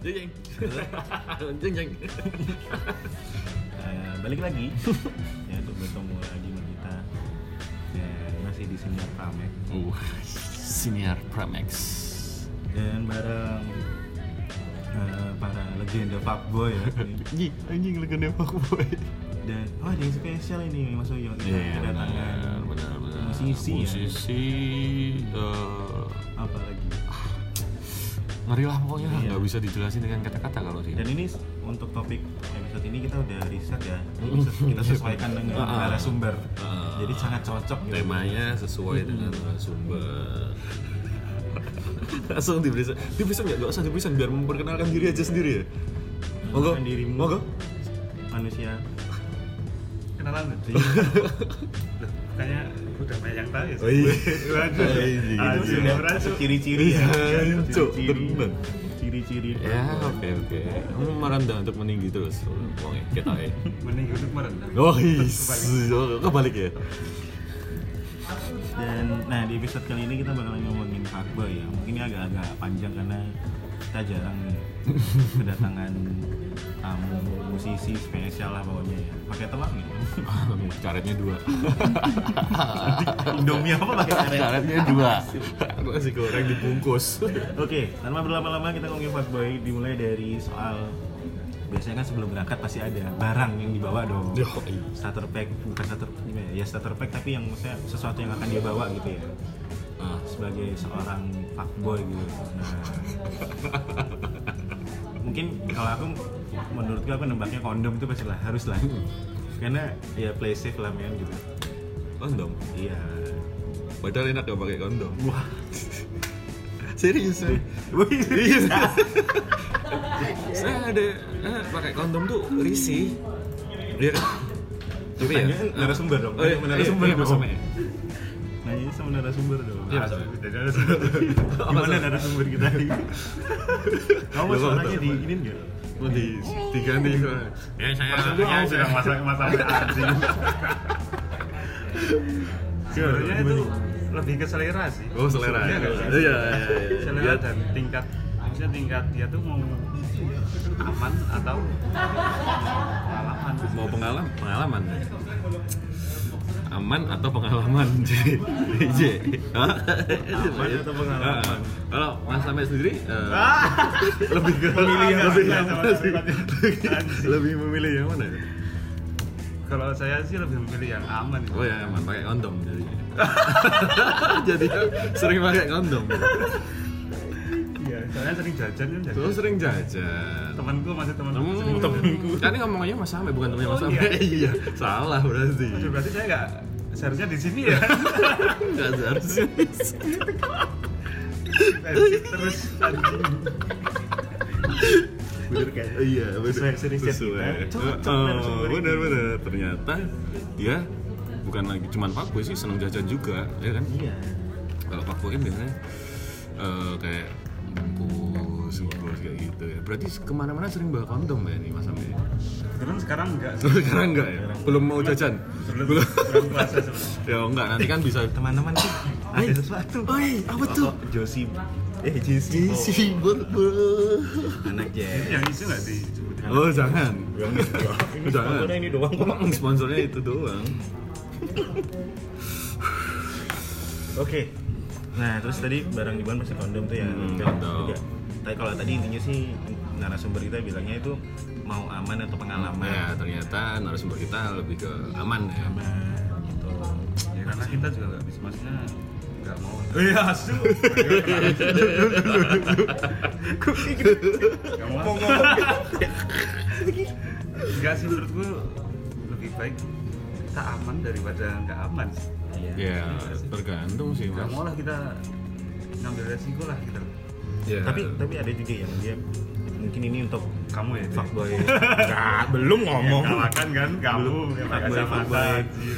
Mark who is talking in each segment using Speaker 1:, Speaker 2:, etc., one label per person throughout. Speaker 1: jeng jeng jeng
Speaker 2: Eh, balik lagi ya untuk bertemu lagi sama kita dan masih di sini Prame
Speaker 1: uh senior Pramex
Speaker 2: dan bareng eh, para legenda fuckboy ya
Speaker 1: anjing anjing legenda fuckboy
Speaker 2: dan oh ada yang spesial ini Mas Oyo kita
Speaker 1: iya benar
Speaker 2: kedatangan
Speaker 1: benar benar
Speaker 2: musisi ya
Speaker 1: musisi eh,
Speaker 2: apa lagi
Speaker 1: ngeri lah pokoknya lah.
Speaker 2: Iya.
Speaker 1: nggak bisa dijelasin dengan kata-kata kalau sih
Speaker 2: dan ini s- untuk topik episode ini kita udah riset ya Riset kita sesuaikan dengan
Speaker 1: Ah.
Speaker 2: narasumber
Speaker 1: Ah.
Speaker 2: jadi sangat cocok gitu.
Speaker 1: temanya sesuai dengan eh, sumber langsung diperiksa diperiksa nggak nggak usah diperiksa biar memperkenalkan diri aja sendiri ya monggo
Speaker 2: Kenalkan dirimu.
Speaker 1: monggo
Speaker 2: manusia
Speaker 3: kenalan nanti kayaknya udah banyak yang tahu ya
Speaker 1: Oh iya.
Speaker 3: waduh
Speaker 1: Oh iya.
Speaker 3: Aduh,
Speaker 2: itu
Speaker 3: orang
Speaker 2: sudah
Speaker 3: su-
Speaker 2: ciri-ciri ya
Speaker 1: Iya, cok,
Speaker 2: ciri-ciri
Speaker 1: bener.
Speaker 2: ciri-ciri
Speaker 1: ya oke oke kamu merendah untuk meninggi terus oke kita ya
Speaker 3: mending untuk merendah
Speaker 1: oh iya kebalik ya
Speaker 2: Dan nah di episode kali ini kita bakalan ngomongin fuckboy ya. Mungkin ini agak-agak panjang karena kita jarang nih kedatangan tamu musisi spesial lah pokoknya ya. Pakai telur gitu.
Speaker 1: karetnya dua
Speaker 2: Indomie apa pakai karet?
Speaker 1: karetnya dua nasi goreng dibungkus
Speaker 2: Oke, tanpa berlama-lama kita ngomongin fuckboy dimulai dari soal biasanya kan sebelum berangkat pasti ada barang yang dibawa dong.
Speaker 1: Yo, iya.
Speaker 2: Starter pack bukan starter gimana ya? Ya starter pack tapi yang maksudnya sesuatu yang akan dia bawa gitu ya.
Speaker 1: Ah.
Speaker 2: sebagai seorang fuckboy gitu. Nah, mungkin kalau aku menurut gue aku nembaknya kondom itu pasti lah harus lah. Karena ya play safe lah men gitu.
Speaker 1: kondom
Speaker 2: Iya.
Speaker 1: padahal enak gak pakai kondom
Speaker 2: Wah.
Speaker 1: serius ya?
Speaker 2: Wih, serius?
Speaker 1: saya ada eh, pakai kondom tuh risih Iya kan? Tapi ya?
Speaker 2: Tanyain narasumber dong.
Speaker 1: Oh, iya,
Speaker 2: Tanya sama
Speaker 1: iya,
Speaker 2: narasumber
Speaker 1: iya,
Speaker 2: dong.
Speaker 1: sama ya.
Speaker 2: Nah, ini sama narasumber dong.
Speaker 1: Iya,
Speaker 2: Ah,
Speaker 1: sama.
Speaker 2: sudah narasumber. Gimana narasumber kita hari ini? Kamu
Speaker 1: Gak apa-apa.
Speaker 2: suaranya diinin nggak?
Speaker 1: Mau di diganti Ya saya
Speaker 3: Maksudnya sudah masalah-masalah anjing sebenarnya itu lebih ke selera sih
Speaker 1: Oh selera. Iya
Speaker 3: Iya nggak sih?
Speaker 1: iya
Speaker 3: selera
Speaker 1: iya.
Speaker 3: dan tingkat maksudnya tingkat dia tuh mau aman atau pengalaman
Speaker 1: Mau pengalaman, pengalaman. Aman atau pengalaman? J. J. Hah?
Speaker 2: Aman atau pengalaman?
Speaker 1: Ah, Kalau Mas Sampai sendiri eh,
Speaker 3: lebih ke
Speaker 1: memilih yang lebih yang
Speaker 3: sama
Speaker 1: mana sih?
Speaker 3: sifatnya. Anjing.
Speaker 1: Lebih memilih yang mana?
Speaker 3: kalau saya sih lebih memilih yang aman
Speaker 1: Oh ya aman pakai kondom jadi. jadi sering pakai kondom.
Speaker 3: iya soalnya sering jajan kan jajan
Speaker 1: Terus sering jajan.
Speaker 3: temanku masih temanku
Speaker 1: Temen-
Speaker 3: sering-
Speaker 1: Kan ini ngomongnya Mas Sampai bukan temennya Mas
Speaker 3: Oh,
Speaker 1: Sampai. Iya, salah berarti.
Speaker 3: Aduh, berarti saya nggak seharusnya di sini ya
Speaker 1: Enggak seharusnya.
Speaker 3: Anjing, terus anjing
Speaker 2: Bener kayaknya.
Speaker 1: Iya, bener.
Speaker 2: Sesuai sering set
Speaker 1: Sesuai.
Speaker 2: kita. Cocok
Speaker 1: Oh,
Speaker 2: narasumber ini.
Speaker 1: benar benar. Ternyata dia bukan lagi cuman fuckboy sih seneng jajan juga, ya kan?
Speaker 2: Iya.
Speaker 1: Kalau fuckboy kan biasanya eh, kayak bungkus, bungkus kayak gitu ya. Berarti kemana-mana sering bawa kondom ya nih Mas Sampai?
Speaker 3: Terus sekarang enggak sih
Speaker 1: Sekarang enggak ya? Belum mau jajan?
Speaker 3: belum belum puasa sebenarnya
Speaker 1: ya enggak, nanti kan bisa
Speaker 2: Teman-teman tuh oh, ada sesuatu.
Speaker 1: Oi, apa
Speaker 2: Rokok
Speaker 1: tuh?
Speaker 2: Josie. Eh, Josie.
Speaker 1: Isi berbel.
Speaker 2: Anak
Speaker 3: Ini
Speaker 2: Jess.
Speaker 3: yang itu nggak disebutin
Speaker 1: Oh jangan. jangan.
Speaker 2: sponsornya ini doang kok.
Speaker 1: Mm, Sponsornya itu doang.
Speaker 2: Oke. Nah, terus tadi barang dibuang pasti kondom tuh ya.
Speaker 1: Hmm,
Speaker 2: Bilang
Speaker 1: kondom.
Speaker 2: juga. Tapi kalau tadi intinya sih narasumber kita bilangnya itu mau aman atau pengalaman.
Speaker 1: Ya ternyata narasumber kita lebih ke aman ya.
Speaker 2: Aman gitu.
Speaker 3: ya karena kita juga nggak bisa maksudnya nggak mau
Speaker 2: Iya, asu.
Speaker 3: nggak mau nggak sih menurut gue lebih baik kita aman daripada nggak aman sih.
Speaker 2: Iya.
Speaker 3: Iya.
Speaker 1: Ya tergantung sih
Speaker 3: nggak
Speaker 1: mas.
Speaker 3: mau lah kita ngambil resiko lah kita
Speaker 1: Ya.
Speaker 2: Tapi tapi ada juga yang dia mungkin ini untuk
Speaker 3: kamu ya Dek?
Speaker 2: fuckboy. Nah, belum ngomong.
Speaker 3: Ya, kalakan kan kamu yang pakai
Speaker 2: Fuckboy,
Speaker 3: kacamata
Speaker 2: fuckboy.
Speaker 3: anjir.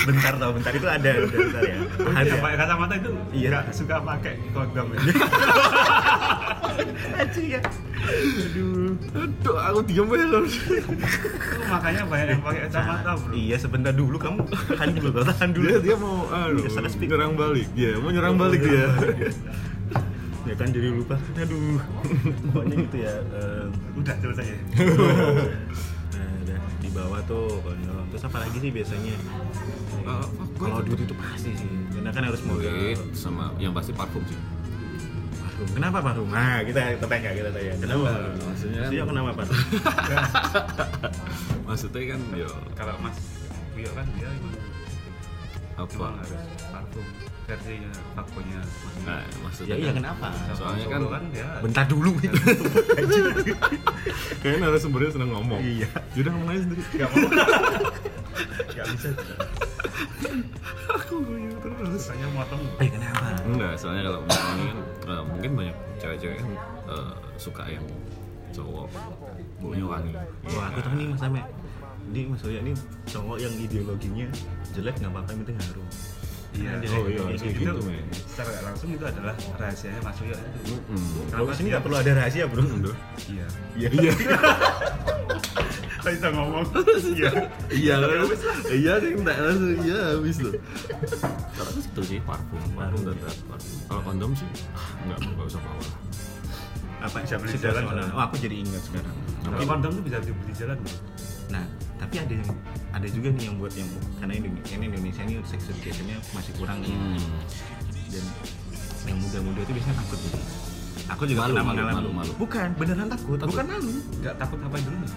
Speaker 2: bentar tau, bentar itu ada, ada bentar ya. Ada.
Speaker 3: yang pakai kacamata itu
Speaker 2: Iya.
Speaker 3: nggak suka pakai kondom ya
Speaker 2: Aci ya. Aduh.
Speaker 1: aduh aku diem aja loh.
Speaker 3: Itu makanya banyak yang pakai kacamata bro
Speaker 2: Iya, sebentar dulu kamu tahan dulu, kau tahan dulu.
Speaker 1: Dia dia mau aduh,
Speaker 2: Iya, salah speak.
Speaker 1: nyerang balik dia, mau nyerang balik dia.
Speaker 2: ya kan jadi lupa aduh pokoknya gitu ya em,
Speaker 3: udah selesai ya
Speaker 2: nah, udah di bawah tuh kondom terus apa lagi sih biasanya
Speaker 1: Eh, gue-
Speaker 2: kalau duit itu pasti sih karena kan harus modal
Speaker 1: Duit sama yang pasti parfum sih.
Speaker 2: Parfum. Kenapa parfum? Nah, kita kita tanya, kita tanya. Kenapa parfum?
Speaker 1: maksudnya kan-
Speaker 2: Maksudnya kenapa parfum?
Speaker 1: Maksudnya kan yo
Speaker 3: kalau mas Wio kan dia emang
Speaker 1: apa?
Speaker 3: emang harus parfum versi fakbonya mas Wio.
Speaker 1: Nah, maksudnya
Speaker 2: ya iya
Speaker 1: kan-
Speaker 2: kenapa?
Speaker 3: Sama
Speaker 1: soalnya
Speaker 3: Solo
Speaker 1: kan-
Speaker 3: dia
Speaker 2: Bentar dulu itu.
Speaker 1: Kayaknya narasumbernya senang ngomong.
Speaker 2: Iya.
Speaker 1: Yaudah ngomong aja sendiri.
Speaker 2: Gak mau. Gak bisa.
Speaker 1: Aku guyu terus.
Speaker 3: rasanya motong
Speaker 2: Eh kenapa?
Speaker 1: Enggak, soalnya kalau ngomong ini kan eh, mungkin banyak cewek-cewek kan eh, suka yang cowok baunya wangi.
Speaker 2: Wah aku tahu nih Mas Ame. Ini Mas Oya ini cowok yang ideologinya jelek nggak apa-apa yang penting harum.
Speaker 3: iya
Speaker 1: Oh iya, kayak
Speaker 2: Kayak gitu.
Speaker 1: gitu, men.
Speaker 3: secara nggak langsung itu adalah rahasianya mas Wio itu
Speaker 1: Mm-mm.
Speaker 2: Kalau sini nggak perlu ada rahasia bro.
Speaker 3: iya
Speaker 2: Hmm. Iya. Iya.
Speaker 3: Nggak bisa ngomong iya
Speaker 1: Iya,
Speaker 2: kan?
Speaker 1: terus. iya sih, enggak langsung iya habis loh. Kalau aku itu sih parfum, parfum dan parfum. Kalau kondom sih, ah, enggak enggak usah bawa.
Speaker 2: Apa
Speaker 3: Bisa beli
Speaker 2: situasional.
Speaker 3: jalan, jalan.
Speaker 2: Oh aku jadi ingat sekarang.
Speaker 3: kalau kondom tuh bisa dibeli jalan loh.
Speaker 2: Nah, tapi ada yang ada juga nih yang buat yang karena Indonesia, ini Indonesia ini sex education-nya masih kurang
Speaker 3: Hmm.
Speaker 2: nih. Dan yang muda-muda itu biasanya takut gitu. Aku juga
Speaker 1: Malu,
Speaker 2: pernah
Speaker 1: malu,
Speaker 2: mengalami.
Speaker 1: malu, malu.
Speaker 2: Bukan, beneran takut.
Speaker 1: Takut.
Speaker 2: Bukan malu.
Speaker 3: nggak takut apa dulu nih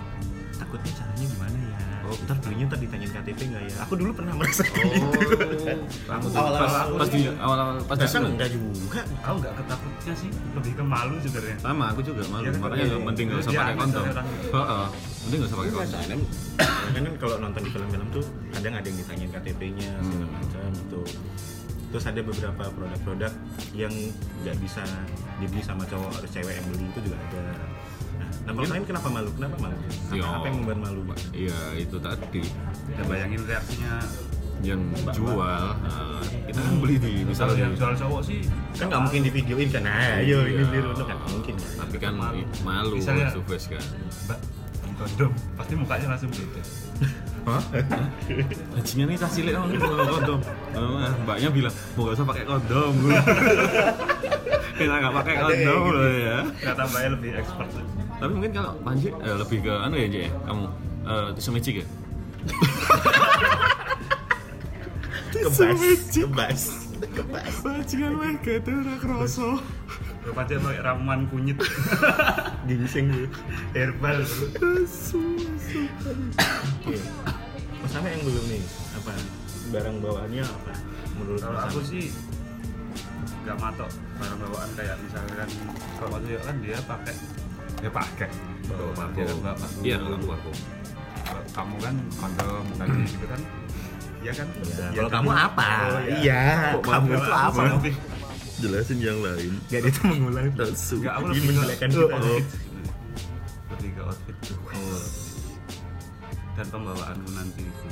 Speaker 2: Takutnya caranya gimana ya?
Speaker 1: Oh.
Speaker 2: Ntar belinya ntar ditanyain KTP nggak ya? Aku dulu pernah merasakan
Speaker 1: Oh,
Speaker 2: gitu.
Speaker 1: kamu tuh
Speaker 2: Awal-awal
Speaker 1: pas
Speaker 2: aku
Speaker 1: pas
Speaker 2: sih.
Speaker 1: di awal-awal pas di
Speaker 2: Masa enggak juga?
Speaker 3: aku nggak ketakutnya sih lebih ke malu sebenarnya
Speaker 1: sama aku juga malu
Speaker 3: Iya, kan,
Speaker 1: makanya
Speaker 3: iya,
Speaker 1: nggak
Speaker 3: iya.
Speaker 1: penting nggak usah
Speaker 3: Iya,
Speaker 1: pakai
Speaker 3: iya,
Speaker 1: kondom
Speaker 3: iya,
Speaker 1: Heeh, penting nggak usah pakai kondom
Speaker 2: Kan kan kalau nonton di film-film tuh kadang ada yang ditanyain KTP-nya segala
Speaker 1: Hmm.
Speaker 2: macam gitu. Terus ada beberapa produk-produk yang nggak bisa dibeli sama cowok harus cewek yang beli itu juga ada. Nah, nah kalau kalian kenapa malu? Kenapa malu?
Speaker 1: Yo.
Speaker 2: Apa, apa yang membuat malu?
Speaker 1: iya itu tadi
Speaker 3: ya bayangin reaksinya
Speaker 1: yang jual nah, kita kan beli di
Speaker 3: kalau
Speaker 1: misalnya
Speaker 3: yang jual Iya, cowok sih
Speaker 2: Kan nggak mungkin di videoin kan? Nah, ayo
Speaker 1: Iya.
Speaker 2: ini beli untuk kan nggak mungkin. kan?
Speaker 1: tapi kan
Speaker 3: Malu.
Speaker 1: malu
Speaker 3: Misalnya-
Speaker 1: surface kan
Speaker 3: mbak beli kondom pasti mukanya langsung beda
Speaker 1: anjingnya nih kasih lihat pakai kondom Eh, mbaknya bilang mau gak usah pakai kondom kita nggak pakai
Speaker 2: Ada yang
Speaker 1: kondom
Speaker 2: gitu.
Speaker 1: loh ya
Speaker 3: nggak tambahnya lebih expert sih.
Speaker 1: tapi mungkin kalau panji eh, lebih ke anu ya Jay kamu eh tisu magic ya
Speaker 2: Kebas, kebas.
Speaker 1: Bajingan wae gede ora kroso.
Speaker 3: Rupanya pakai ramuan kunyit
Speaker 2: Gingseng gue.
Speaker 3: herbal bro.
Speaker 2: Oke. Iya. Mas Ame yang belum nih apa? Barang bawaannya apa? Menurut
Speaker 3: kalau
Speaker 2: Mas
Speaker 3: aku
Speaker 2: Ame?
Speaker 3: sih nggak matok barang bawaan kayak misalkan kalau waktu itu kan dia pakai dia pakai bawa
Speaker 1: Oh,
Speaker 3: pakai kan bawa parfum.
Speaker 1: Iya, aku aku.
Speaker 3: Kalau kamu kan kondom tadi gitu kan iya kan
Speaker 2: Ya,
Speaker 3: Iya
Speaker 2: kalau
Speaker 3: kan?
Speaker 2: kamu apa? Iya.
Speaker 3: Oh,
Speaker 1: iya. Kok kamu
Speaker 2: kamu itu
Speaker 1: apa?
Speaker 2: apa?
Speaker 1: Jelasin yang lain.
Speaker 2: Gak dia tuh mengulang palsu.
Speaker 3: Nggak, aku
Speaker 2: Dia
Speaker 3: lebih
Speaker 2: menjelekan
Speaker 3: ke-
Speaker 1: Oh,
Speaker 2: kita.
Speaker 3: outfit sih sebenarnya. lebih ke outfit tuh dan pembawaanmu nanti itu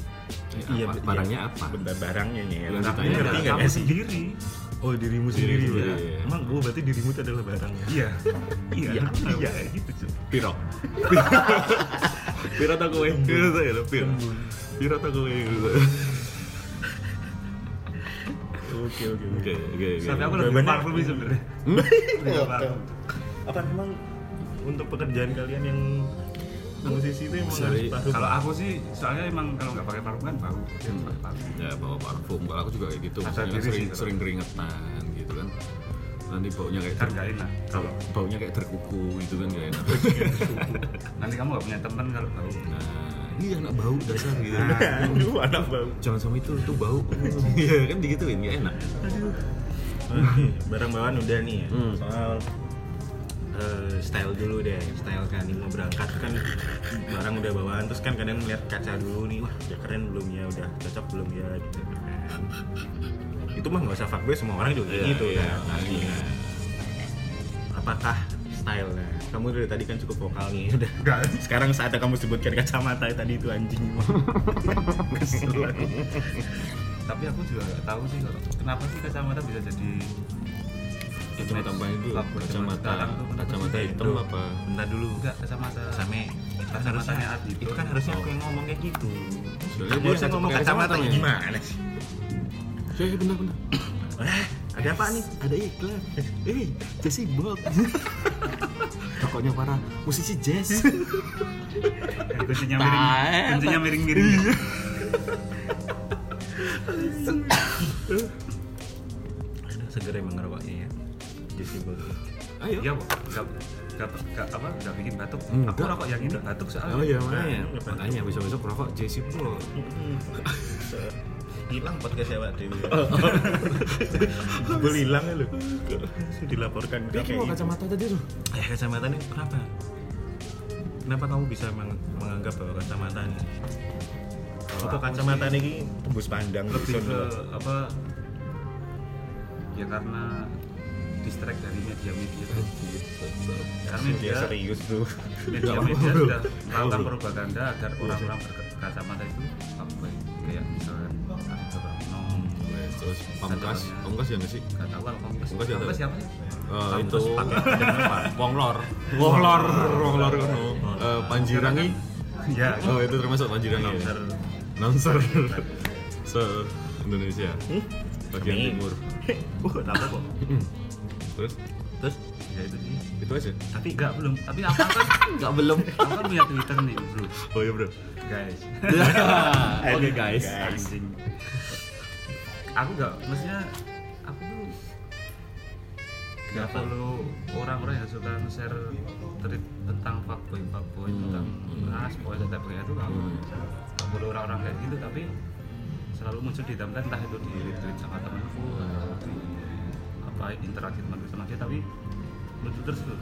Speaker 1: Iya, apa- barangnya apa?
Speaker 2: Bentar barangnya nih.
Speaker 1: Yang
Speaker 2: Tapi
Speaker 1: ditanya
Speaker 2: ngerti
Speaker 1: adalah
Speaker 2: nggak
Speaker 3: kamu
Speaker 2: sih?
Speaker 3: sendiri
Speaker 2: Oh dirimu
Speaker 1: sendiri,
Speaker 2: sendiri.
Speaker 1: iya.
Speaker 2: ya? Emang oh berarti dirimu itu adalah barangnya.
Speaker 3: iya
Speaker 2: Iya,
Speaker 3: iya
Speaker 2: iya.
Speaker 3: iya kayak gitu cuy
Speaker 1: Piro. Piro tak kowe. Piro tak ya, piro. Piro tak kowe.
Speaker 2: Oke oke
Speaker 1: Oke, oke,
Speaker 3: tapi
Speaker 1: oke.
Speaker 3: aku lebih
Speaker 2: Jawabannya-
Speaker 3: parfum sih sebenarnya Lebih ke parfum.
Speaker 2: Apa emang untuk pekerjaan kalian yang musisi itu emang
Speaker 1: Sorry,
Speaker 2: harus parfum?
Speaker 3: kalau aku sih soalnya emang kalau nggak pakai parfum kan bau Dia harus pakai parfum
Speaker 1: Ya bawa parfum, kalau aku juga kayak gitu.
Speaker 3: Sadar
Speaker 1: Maksudnya
Speaker 3: diri
Speaker 1: sering
Speaker 3: sih,
Speaker 1: sering keringetan gitu kan. Nanti baunya kayak
Speaker 3: kan nggak enak
Speaker 1: kalau baunya kayak terkuku gitu kan gak enak.
Speaker 3: nanti kamu nggak punya teman kalau bau
Speaker 1: Nah, iya anak bau dasar gitu.
Speaker 3: Nah.
Speaker 2: Aduh anak bau.
Speaker 1: Jangan sama itu, itu bau. Iya kan digituin, gak enak.
Speaker 2: Oke, Oh, barang bawaan udah nih ya.
Speaker 1: Hmm.
Speaker 2: Soal eh, style dulu deh, style kan ini mau berangkat kan barang udah bawaan terus kan kadang ngeliat kaca dulu nih, wah udah keren belum ya, udah cocok belum ya gitu kan. Itu mah nggak usah fuckboy semua orang juga kayak
Speaker 1: Iya,
Speaker 2: gitu
Speaker 1: iya,
Speaker 2: kan. pasti
Speaker 1: iya.
Speaker 2: kan. Apakah style Kamu dari tadi kan cukup vokal nih, udah.
Speaker 3: nggak
Speaker 2: Sekarang saatnya kamu sebutkan kacamata tadi itu anjing. Keselan.
Speaker 3: tapi aku juga nggak tahu sih kalau kenapa sih kacamata bisa jadi
Speaker 1: Kacamata apa itu?
Speaker 3: Apa,
Speaker 1: Kacamata
Speaker 3: sekarang tuh kenapa
Speaker 1: kacamata
Speaker 3: sih?
Speaker 1: hitam
Speaker 2: Indo.
Speaker 1: apa?
Speaker 2: Bentar dulu.
Speaker 3: nggak kacamata
Speaker 2: Same, itu kan harusnya
Speaker 3: kacamatanya Adi
Speaker 2: itu kan harusnya aku yang ngomong kayak gitu.
Speaker 1: Sebenarnya dia
Speaker 2: Kamu harusnya
Speaker 1: nggak
Speaker 2: ngomong
Speaker 1: pakai kacamata
Speaker 2: kacamata
Speaker 1: ya?
Speaker 2: gimana sih?
Speaker 1: Saya benar benar.
Speaker 2: Eh,
Speaker 1: Ada apa nih? Ada iklan. Eh, Jesse Bob. Tokonya para musisi jazz.
Speaker 3: kuncinya
Speaker 1: Tai,
Speaker 3: miring
Speaker 1: tai.
Speaker 3: kuncinya miring miring
Speaker 2: segera emang ngerokoknya ya Jesse Bobby
Speaker 1: Ayo.
Speaker 3: iya kok gak gak gak apa gak bikin batuk
Speaker 1: Enggak.
Speaker 3: aku rokok yang ini batuk soalnya
Speaker 1: Oh iya makanya. Makanya besok-besok rokok Jesse Bob.
Speaker 2: hilang podcast awak dewi gue hilang ya lu dilaporkan
Speaker 1: Dia
Speaker 2: kayak
Speaker 1: kayak mau
Speaker 2: gitu.
Speaker 1: kacamata tadi tuh.
Speaker 2: Eh, kacamata ini kenapa? Kenapa kamu bisa meng- menganggap bahwa kacamata ini? Apa kacamata ini tembus pandang
Speaker 3: lebih
Speaker 2: bisa
Speaker 3: ke
Speaker 2: dulu?
Speaker 3: apa ya karena distract dari media-media karena
Speaker 2: Dia
Speaker 3: media
Speaker 2: serius tuh.
Speaker 3: media-media
Speaker 1: Bro.
Speaker 3: sudah melakukan
Speaker 1: Bro.
Speaker 3: propaganda agar orang-orang berkacamata itu apa ya, kayak "Ah, misalkan Ari Surono
Speaker 1: Terus pamkas, pamkas ya nggak sih?
Speaker 3: gak tahu kalau kompas
Speaker 1: Kompas ya,
Speaker 3: kompas
Speaker 1: tahu.
Speaker 3: siapa sih
Speaker 1: Eh, itu
Speaker 2: pakai pandang apa?
Speaker 1: Wonglor. Wonglor, Wonglor kan. Eh, Panjirangi.
Speaker 3: ya
Speaker 1: Oh, itu termasuk Panjirangi. ya?
Speaker 3: Announcer.
Speaker 1: Announcer. Se Indonesia. Bagian
Speaker 2: Ini.
Speaker 1: timur.
Speaker 2: Uh, kenapa kok?
Speaker 1: Hmm. Terus
Speaker 2: Terus,
Speaker 3: ya itu sih
Speaker 1: itu aja.
Speaker 3: tapi enggak belum tapi apa kan
Speaker 1: Enggak belum.
Speaker 3: aku kan punya twitter nih bro
Speaker 1: Oh iya, Bro.
Speaker 3: guys
Speaker 1: Oke, guys.
Speaker 3: anjing aku enggak maksudnya aku tuh enggak perlu orang-orang yang suka nge-share tweet tentang fuckboy fuckboy tentang ras boy dan sebagainya itu aku enggak perlu orang-orang kayak gitu tapi selalu muncul di timeline entah itu di retweet sama temanku atau di apa interaksi temanku sama dia tapi muncul terus tuh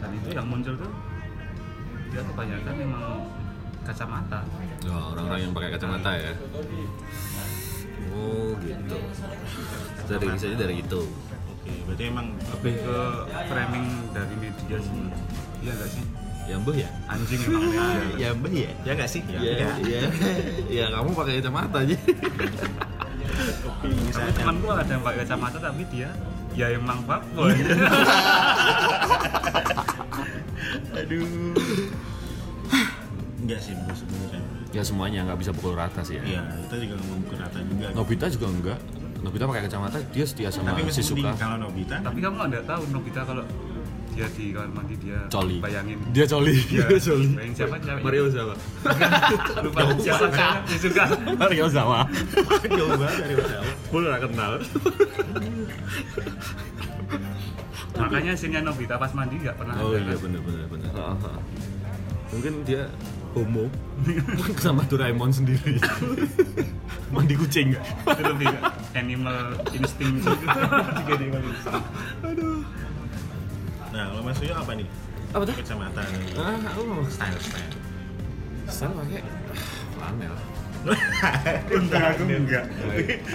Speaker 3: dan itu yang muncul tuh dia kebanyakan memang kacamata
Speaker 1: Oh, orang-orang yang pakai kacamata ya. Oh, gitu. Dari misalnya dari itu.
Speaker 2: oke, berarti emang
Speaker 3: lebih ke framing dari media sih iya gak sih
Speaker 1: Ya, Mbah ya?
Speaker 3: anjing emang media
Speaker 1: Ya, Mbah ya?
Speaker 2: ya nggak sih?
Speaker 1: Ya, ya, ya kamu pakai kacamata aja.
Speaker 2: Oke, ini
Speaker 3: tapi
Speaker 2: saatnya.
Speaker 3: teman gua ada yang pakai kacamata tapi dia ya emang fuckboy
Speaker 2: Aduh. Enggak sih, bro sebenarnya.
Speaker 1: ya semuanya nggak bisa pukul rata sih ya.
Speaker 2: Iya, kita juga ngomong ke rata juga.
Speaker 1: Nobita juga enggak. Nobita pakai kacamata, dia setia sama
Speaker 2: Tapi
Speaker 1: si
Speaker 2: meskipun
Speaker 1: suka.
Speaker 2: kalau Nobita,
Speaker 3: tapi kamu nggak tahu Nobita kalau dia di kamar mandi dia
Speaker 1: Coli.
Speaker 3: bayangin
Speaker 1: Dia coli.
Speaker 3: Iya.
Speaker 1: Dia coli.
Speaker 3: Bayangin siapa cewek?
Speaker 1: Mario Zawa.
Speaker 3: lupa siapa Iya, dia suka
Speaker 1: Mario Zawa.
Speaker 2: jauh banget dari Jawa.
Speaker 1: Gue nggak kenal.
Speaker 3: makanya scene Nobita pas mandi nggak pernah
Speaker 1: Oh
Speaker 3: ada
Speaker 1: iya
Speaker 3: kan?
Speaker 1: benar benar benar. Mungkin dia homo sama Doraemon sendiri. Mandi kucing.
Speaker 3: itu lebih ke animal instinct juga Juga animal instinct.
Speaker 2: Nah, kalau Mas Yoyo apa nih?
Speaker 1: Apa tuh?
Speaker 2: Kacamata nih.
Speaker 1: Ah, oh.
Speaker 2: Style style.
Speaker 1: Sama pakai "Ah, flanel.
Speaker 2: Untung aku enggak.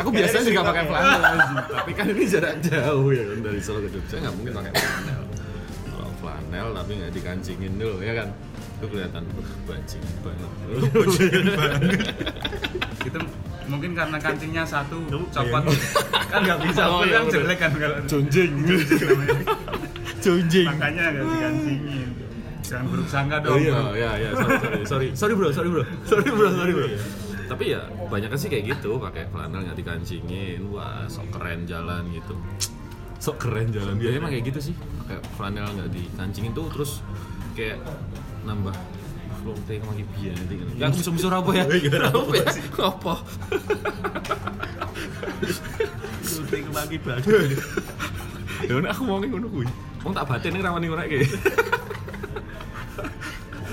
Speaker 1: Aku biasanya juga pakai flanel anjing. tapi kan ini jarak jauh ya kan dari Solo ke Jogja nggak mungkin pakai flanel kalau flanel tapi nggak dikancingin dulu ya kan itu kelihatan "Wah, bajingan banget
Speaker 3: itu mungkin karena kancingnya satu
Speaker 2: Lu
Speaker 3: copot kan nggak bisa
Speaker 1: Oh,
Speaker 3: oh,
Speaker 1: iya,
Speaker 3: kan
Speaker 1: bener.
Speaker 3: jelek kan kalau
Speaker 1: junjing junjing
Speaker 3: makanya nggak dikancingin jangan buruk sangka dong
Speaker 1: oh iya
Speaker 3: bro.
Speaker 1: iya iya sorry sorry sorry sorry bro sorry bro Iya, sorry bro sorry bro tapi ya banyak sih kayak gitu pakai flanel nggak dikancingin wah sok keren jalan gitu sok keren jalan biasanya emang kayak gitu sih pakai flanel nggak dikancingin tuh terus kayak nambah Flonte sama Gibian itu kan. Ya aku bisa-bisa apa ya? Apa ya? Apa?
Speaker 2: Syuting kebagi bagi.
Speaker 1: Ya udah aku mau ngono kuwi. Wong tak batin ning rawani ora iki.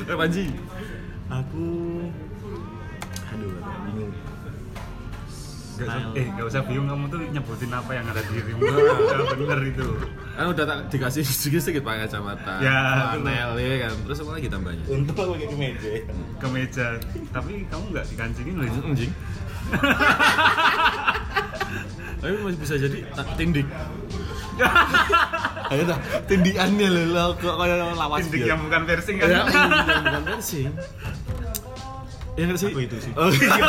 Speaker 1: Eh Panji.
Speaker 2: Aku aduh agak bingung.
Speaker 3: Nggak usah,
Speaker 2: Style.
Speaker 3: eh nggak usah bingung kamu tuh nyebutin apa yang ada di dirimu Udah bener itu
Speaker 1: Kan udah tak dikasih sedikit-sedikit pakai kacamata.
Speaker 3: Ya,
Speaker 1: panel ya kan. Terus apa lagi tambahnya?
Speaker 2: Untung aku pakai kemeja. ya.
Speaker 3: ke meja tapi kamu nggak dikancingin loh itu
Speaker 1: Anjing. Tapi masih bisa jadi ta- tindik. Ayo dah, tindikannya loh, lo kok kayak lawas gitu.
Speaker 3: tindik
Speaker 1: biar.
Speaker 3: yang bukan versing kan
Speaker 1: Ya, yang bukan versing. Ya nggak sih?
Speaker 2: Aku itu sih.
Speaker 1: Oh, iya.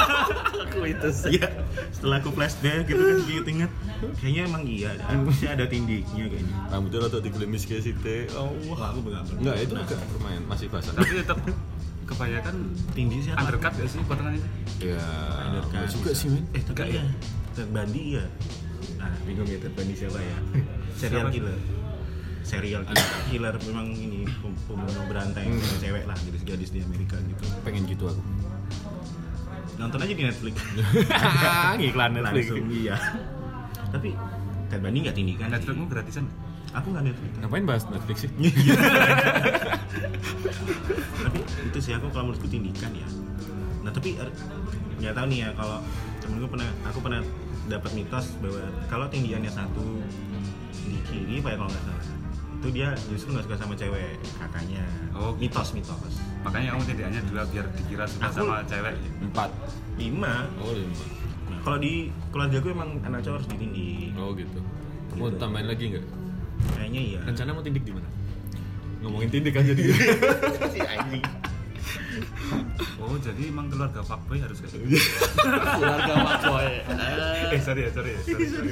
Speaker 1: Aku itu sih.
Speaker 2: Iya. Setelah aku flashback gitu kan sedikit inget. Kayaknya emang iya. Harusnya ada tindiknya kayaknya.
Speaker 1: Rambutnya rada digelimis ke situ. Ya Allah.
Speaker 2: Wah aku nggak pernah.
Speaker 1: Enggak, itu enggak lumayan masih basah.
Speaker 3: tapi tetap kebanyakan
Speaker 2: Tindih sih. Under.
Speaker 3: undercut gak sih potongan itu
Speaker 1: Ya,
Speaker 2: Undercut
Speaker 1: juga
Speaker 2: bisa.
Speaker 1: sih, men.
Speaker 2: Eh tapi
Speaker 1: iya.
Speaker 3: Enggak
Speaker 2: ya. Terbandi ya. Nah, bingung ya terbagi siapa ya? Serial
Speaker 3: Siapa?
Speaker 2: killer. Serial killer. killer memang ini pem- pembunuh berantai
Speaker 1: Hmm.
Speaker 2: cewek lah gadis-gadis di Amerika gitu.
Speaker 1: pengen gitu aku
Speaker 2: Nonton aja di Netflix.
Speaker 1: iklan Netflix
Speaker 2: Langsung iya. Tapi Ted Bundy nggak kan? tindikan. sih.
Speaker 3: Netflixmu gratisan
Speaker 2: Aku nggak Netflix.
Speaker 1: ngapain bahas Netflix sih
Speaker 2: tapi itu sih aku kalau menurutku tindikan ya nah tapi er, nggak tahu nih ya kalau temenku pernah aku pernah dapat mitos bahwa kalau tinggiannya satu di kiri pak ya kalau nggak salah itu dia justru nggak suka sama cewek katanya
Speaker 3: Oh.
Speaker 2: mitos mitos
Speaker 3: makanya kamu tidaknya dua biar dikira suka
Speaker 2: Aku-
Speaker 3: sama cewek
Speaker 1: empat
Speaker 2: lima
Speaker 1: oh lima
Speaker 2: Nah, kalau di keluarga gue emang anak cowok harus ditindik
Speaker 1: oh gitu mau
Speaker 2: Gitu.
Speaker 1: tambahin lagi nggak
Speaker 2: kayaknya iya
Speaker 1: rencana mau tindik di mana ngomongin tindik kan jadi
Speaker 2: si anjing
Speaker 3: oh jadi emang keluarga fuckboy harus kayak gitu
Speaker 1: keluarga fuckboy
Speaker 3: eh sorry ya sorry ya sorry, sorry,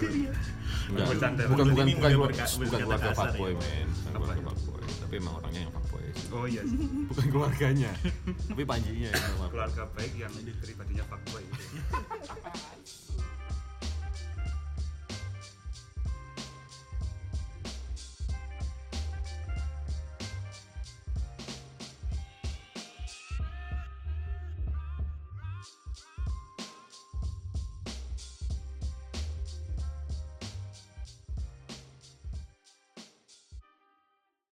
Speaker 1: Enggak,
Speaker 3: Bercanda.
Speaker 1: bukan bukan
Speaker 2: Ini
Speaker 1: bukan
Speaker 2: udah
Speaker 1: bukan,
Speaker 2: berka-
Speaker 1: bukan
Speaker 2: berkata
Speaker 1: keluarga
Speaker 2: kasar
Speaker 1: fuckboy
Speaker 2: ya.
Speaker 1: men bukan keluarga fuckboy tapi emang orangnya yang fuckboy
Speaker 3: oh iya sih.
Speaker 1: bukan keluarganya tapi panjinya yang fuckboy
Speaker 3: keluarga baik yang pribadinya fuckboy